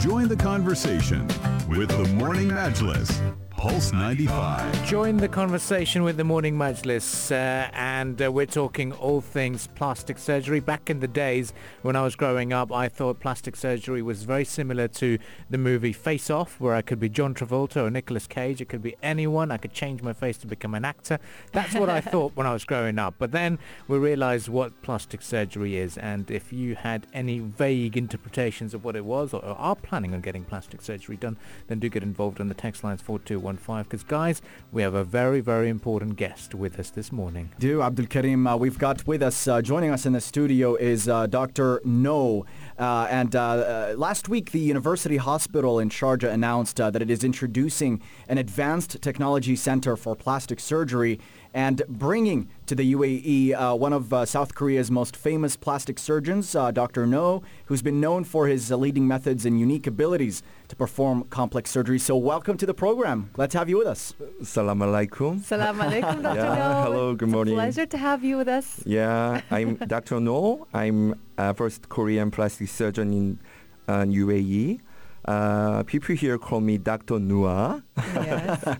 Join the conversation with the Morning Majlis, Pulse 95. Join the conversation with the Morning Majlis, uh, and uh, we're talking all things plastic surgery. Back in the days when I was growing up, I thought plastic surgery was very similar to the movie Face Off, where I could be John Travolta or Nicolas Cage. It could be anyone. I could change my face to become an actor. That's what I thought when I was growing up. But then we realized what plastic surgery is, and if you had any vague interpretations of what it was or, or are planning on getting plastic surgery done, then do get involved on the text lines 4215 because, guys, we have a very, very important guest with us this morning. do, Abdul Karim. Uh, we've got with us, uh, joining us in the studio is uh, Dr. No. Uh, and uh, uh, last week, the University Hospital in Sharjah announced uh, that it is introducing an advanced technology center for plastic surgery and bringing to the UAE uh, one of uh, South Korea's most famous plastic surgeons, uh, Dr. No, who's been known for his uh, leading methods and unique abilities to perform complex surgery. So welcome to the program. Glad to have you with us. Salam alaikum. Salam alaikum, Dr. Yeah, Noor. hello, good it's morning. A pleasure to have you with us. Yeah, I'm Dr. No. I'm uh, first Korean plastic surgeon in uh, UAE. Uh, people here call me Dr. Nua. Yes.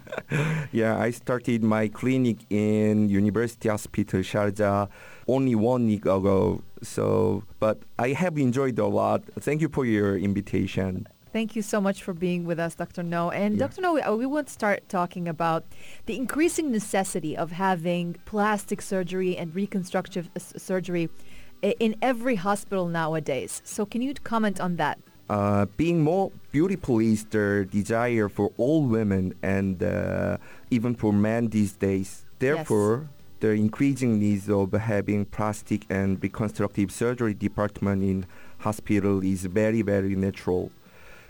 yeah, I started my clinic in University Hospital Sharjah only one week ago. So, but I have enjoyed a lot. Thank you for your invitation. Thank you so much for being with us, Dr. No. And Dr. No, we, uh, we want to start talking about the increasing necessity of having plastic surgery and reconstructive uh, s- surgery i- in every hospital nowadays. So can you comment on that? uh, being more beautiful is the desire for all women and uh, even for men these days. Therefore, the increasing needs of having plastic and reconstructive surgery department in hospital is very, very natural.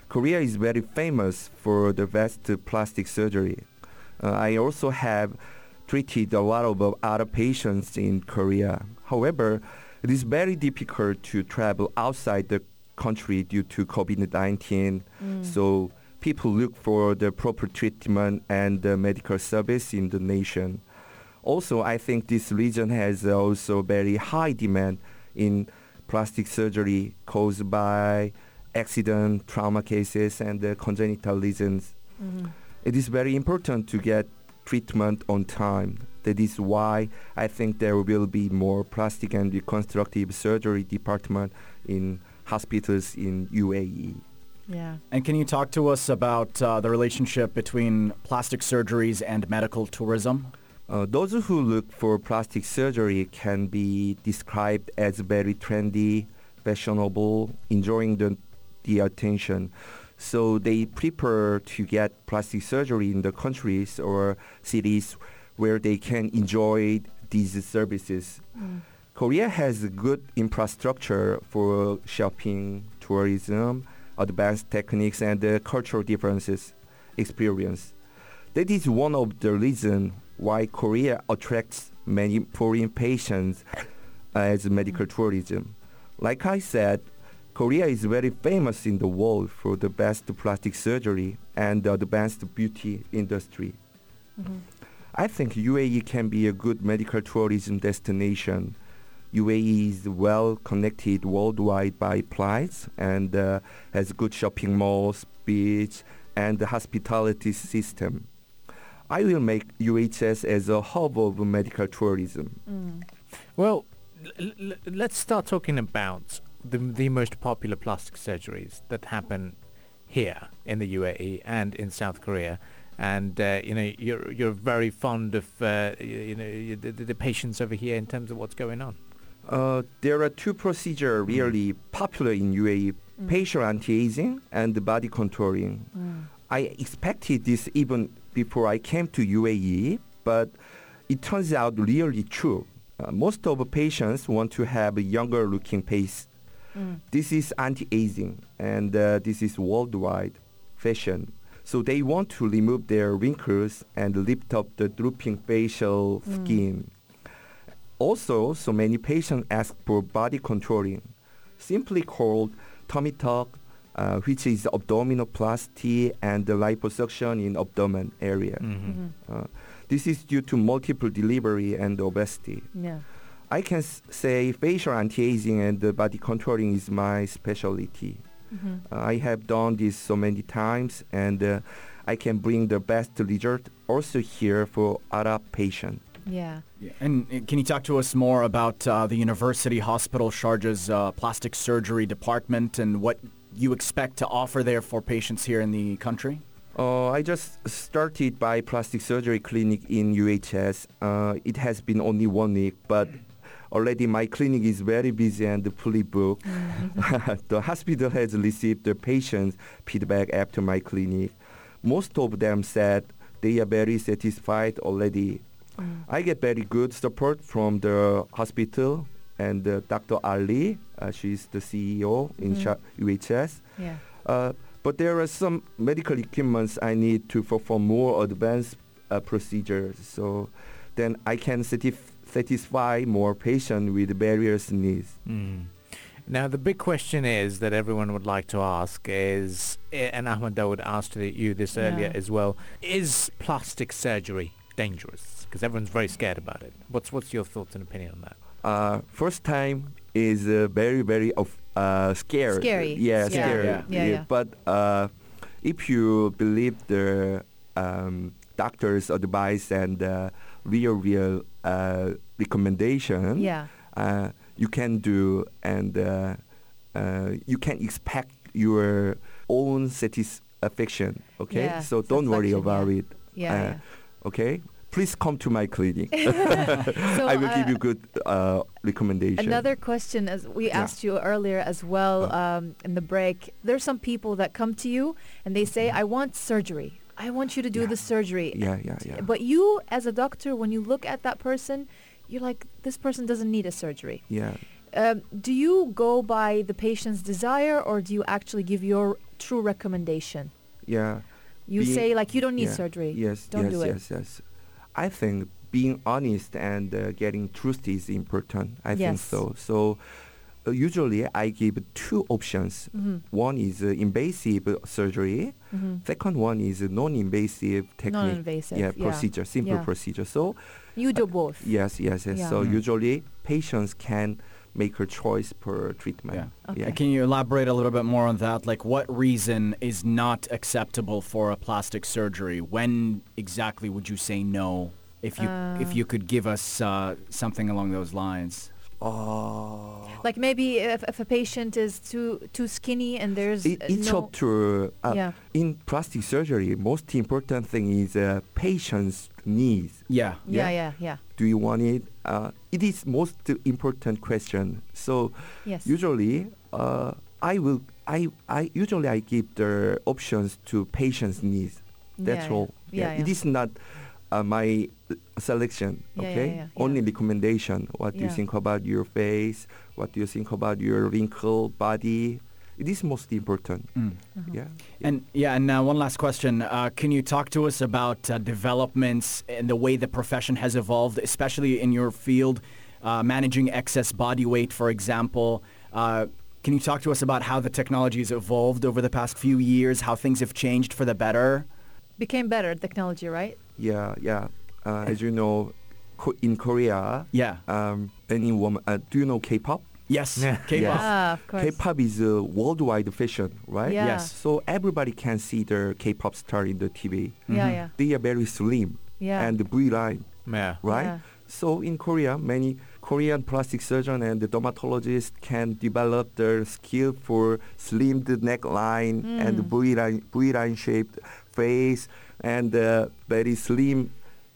Korea is very famous for the best plastic surgery. Uh, I also have treated a lot of uh, other patients in Korea. However, it is very difficult to travel outside the country due to COVID-19. So people look for the proper treatment and the medical service in the nation. Also, I think this region has also very high demand in plastic surgery caused by accident, trauma cases, and the congenital lesions. It is very important to get treatment on time. That is why I think there will be more plastic and reconstructive surgery department in hospitals in E. UAE. Yeah. And can you talk to us about uh, the relationship between plastic surgeries and medical tourism? Uh, those who look for plastic surgery can be described as very trendy, fashionable, enjoying the, the attention. So they prefer to get plastic surgery in the countries or cities where they can enjoy these services. Korea has good infrastructure for shopping, tourism, advanced techniques, and uh, cultural differences experience. That is one of the reasons why Korea attracts many foreign patients as medical tourism. Like I said, Korea is very famous in the world for the best plastic surgery and the advanced beauty industry. I think UAE can be a good medical tourism destination. UAE is well connected worldwide by flights and uh, has good shopping malls, beach, and the hospitality system. I will make UHS as a hub of medical tourism. Well, l- l- let's start talking about the, the most popular plastic surgeries that happen here in the UAE and in South Korea. And uh, you know you're you're very fond of uh, y- you know y- the, the the patients over here in terms of what's going on. Uh, there are two procedures really popular in UAE, facial anti-aging and body contouring. I expected this even before I came to UAE, but it turns out really true. Uh, most of the patients want to have a younger looking face. This is anti-aging and uh, this is worldwide fashion. So they want to remove their wrinkles and lift up the drooping facial skin. Also, so many patients ask for body contouring, simply called tummy tuck, uh, which is abdominoplasty and the liposuction in abdomen area. Uh, this is due to multiple delivery and obesity. Yeah. I can s- say facial anti-aging and the body contouring is my specialty. Uh, I have done this so many times, and uh, I can bring the best result also here for Arab patient. Yeah. Yeah. And uh, can you talk to us more about uh, the University Hospital Sharjah's uh, plastic surgery department and what you expect to offer there for patients here in the country? Uh, I just started by plastic surgery clinic in UHS. Uh, it has been only one week, but already my clinic is very busy and fully booked. the hospital has received the patients' feedback after my clinic. Most of them said they are very satisfied already. I get very good support from the hospital and uh, Dr. Ali. Uh, she's the CEO in Sha- UHS. Yeah. Uh, but there are some medical equipments I need to perform more advanced uh, procedures. So then I can satisf- satisfy more patients with various needs. Mm. Now, the big question is that everyone would like to ask is, eh, and Ahmed Dawood asked th- you this earlier Yeah. as well, is plastic surgery dangerous? Because everyone's very scared about it. What's, what's your thoughts and opinion on that? Uh, first time is uh, very, very of, uh, scared. Scary. Yeah, Scary. scary. Yeah. Yeah, yeah. But uh, if you believe the um, doctor's advice and uh, real, real uh, recommendation, Yeah. uh, you can do and uh, uh, you can expect your own satisfaction. Okay, Yeah, so don't worry about satisfaction, it. Yeah, uh, Okay, please come to my clinic. So, I will uh, give you good uh, recommendation. Another question, as we Yeah. asked you earlier as well Uh. um, in the break, there's some people that come to you and they say, "I want surgery. I want you to do Mm-hmm. Yeah. the surgery." Yeah, yeah, yeah. But you, as a doctor, when you look at that person, you're like, "This person doesn't need a surgery." yeah. Um, do you go by the patient's desire, or do you actually give your true recommendation? Yeah. You Being- say like, "You don't need yeah, surgery. Yes, don't yes, do it." yes, yes. I think being honest and uh, getting truth is important. I think Yes. so. So uh, usually I give two options. Mm-hmm. One is uh, invasive surgery. Second one is non-invasive technique. Non-invasive, Yeah, yeah. procedure, simple Yeah. procedure. So You do both. yes, yes, yes. Yeah. So Mm. usually patients can make a choice per treatment. Yeah. Okay. Uh, Can you elaborate a little bit more on that? Like what reason is not acceptable for a plastic surgery? When exactly would you say no? If you, if you could give us uh, something along those lines. Oh. Like maybe if, if a patient is too too skinny and there's It, uh, it's no, up to uh, Yeah. in plastic surgery. Most important thing is uh, patient's needs. Yeah. yeah. yeah, yeah, yeah. Do you want it? Uh, it is most important question. So Yes. usually uh, I will I, I usually I give the options to patient's needs. That's Yeah, yeah. all. Yeah, yeah. It is not uh, my uh, selection. Yeah, yeah, okay. yeah, yeah. Only recommendation. What do you Yeah. think about your face? What do you think about your wrinkle body? It is most important. Mm. Mm-hmm. Yeah. And yeah, and uh, one last question. Uh, can you talk to us about uh, developments and the way the profession has evolved, especially in your field, uh, managing excess body weight, for example? Uh, can you talk to us about how the technology has evolved over the past few years, how things have changed for the better? Became better technology, right? Yeah, yeah. Uh, as you know, co- in Korea, Yeah. um, any woman. Uh, do you know K-pop? Yes. Yeah. K-pop. Yes. Ah, of course. K-pop is a worldwide fashion, right? Yeah. Yes. So everybody can see the K-pop star in the TV. Yeah, Mhm. yeah. They are very slim Yeah. Mm-hmm. and blue-line, Yeah. right? Yeah. So in Korea, many Korean plastic surgeon and the dermatologist can develop their skill for slimmed neckline Hmm. and V-line, V-line shaped face and uh, very slim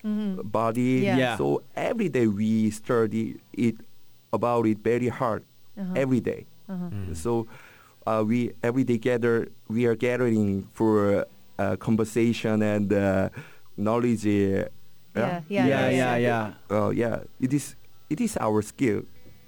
body. Mm-hmm. Yeah. Yeah. So every day we study it about it very hard Uh-huh. every day. So uh, we every day gather we are gathering for uh, conversation and uh, knowledge. uh, Yeah, Yeah, yeah, yeah, yeah. uh, yeah, it is it is our skill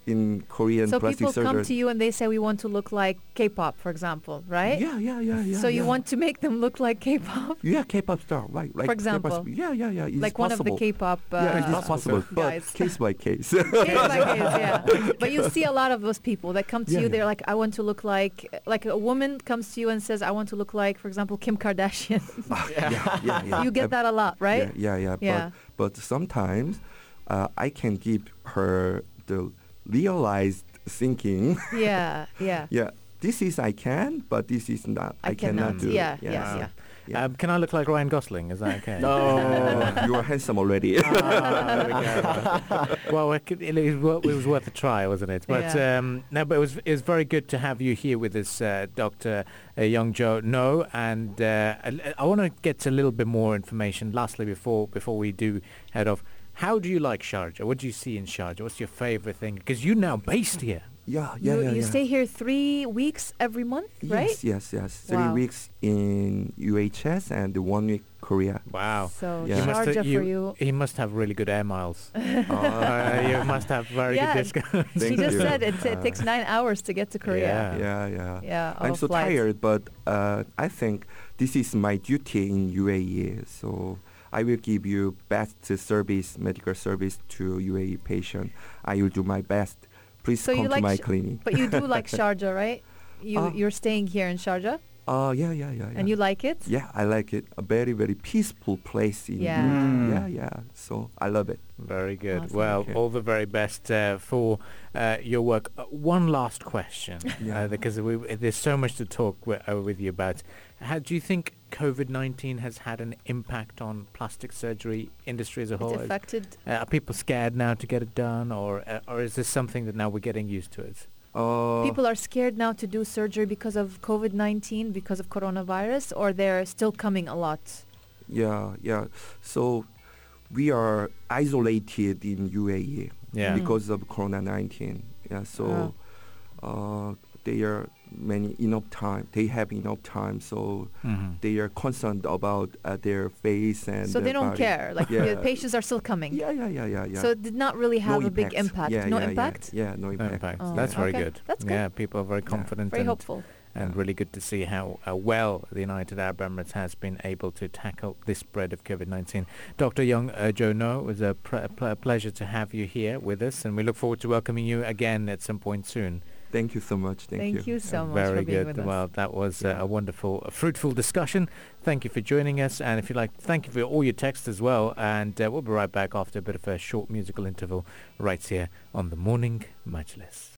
in Korean So plastic people surgery. come to you and they say we want to look like K-pop, for example, right? Yeah, yeah, yeah, yeah. so you yeah. want to make them look like K-pop, yeah, K-pop star, right? Like K-pop example. star. yeah, yeah, yeah. It's like one of the possible. K-pop. Uh, yeah, it is possible, but guys. case by case. Case by case, yeah. But you see a lot of those people that come to Yeah, you. yeah. They're like, I want to look like, like a woman comes to you and says, I want to look like, for example, Kim Kardashian. yeah, yeah, yeah. you get Uh, that a lot, right? Yeah, yeah, yeah. Yeah. But, but sometimes uh, I can give her the realized thinking. Yeah, yeah. yeah, this is I can, but this is not. I, I cannot. do. Yeah, yes, yeah. Yeah. Oh, Um, can I look like Ryan Gosling? Is that okay? No, you are handsome already. Ah, there we go. well, it, could- it, is wor- it was worth a try, wasn't it? But Yeah. um, no, but it was it was very good to have you here with us, uh, Doctor uh, Young Joe No. And uh, I, I want to get a little bit more information. Lastly, before before we do head off, how do you like Sharjah? What do you see in Sharjah? What's your favorite thing? Because you're now based here. yeah, yeah, you yeah. you yeah. stay here three weeks every month, Yes, right? yes, yes. Three Wow. weeks in UHS and one week Korea. Wow. So Yeah. You must Sharjah have, for you. He must have really good air miles. Uh, uh, you must have very Oh, Yeah, good discounts. She Thank just you. said it, t- it takes nine hours to get to Korea. Uh, Yeah. yeah, yeah. Yeah, on I'm a so flight. tired, but uh, I think this is my duty in UAE. So I will give you best service, medical service to UAE patient. I will do my best. Please So you come to like my sh- clinic. But you do like Sharjah, right? You Ah. you're staying here in Sharjah, Oh, yeah, yeah, yeah, yeah. and you like it. yeah, I like it. A very, very peaceful place. In Yeah. UAE. yeah, Mm. yeah. So I love it. Very good. Awesome. Well, Okay. all the very best uh, for uh, your work. Uh, one last question, Yeah. uh, because we, there's so much to talk wi- uh, with you about. How do you think COVID-19 has had an impact on plastic surgery industry as a It's whole? Is- affected. uh, are people scared now to get it done, or uh, or is this something that now we're getting used to it? Uh, People are scared now to do surgery because of COVID nineteen, because of coronavirus, or they're still coming a lot. Yeah, yeah. So we are isolated in Yeah. UAE Hmm. Mm. because of Corona 19. Yeah, so Uh-huh. uh, they are many enough time. They have enough time, so they are concerned about uh, their face and so they their don't body. care. Like Yeah. the patients are still coming. Yeah, yeah, yeah, yeah, yeah. So it did not really have a big impact. Yeah, no yeah, yeah. impact. Yeah, no No impact. impact. Oh, That's very okay. good. That's good. Yeah, people are very confident. Very and- hopeful. and really good to see how uh, well the United Arab Emirates has been able to tackle this spread of COVID-19. Dr. Young uh, Jo No, it was a pr- pl- pleasure to have you here with us, and we look forward to welcoming you again at some point soon. Thank you so much. Thank, Thank you so much Very for being good. with us. well, that was uh, a wonderful, a fruitful discussion. Thank you for joining us, and if you like, thank you for all your texts as well. And uh, we'll be right back after a bit of a short musical interval, right here on the Morning Majlis.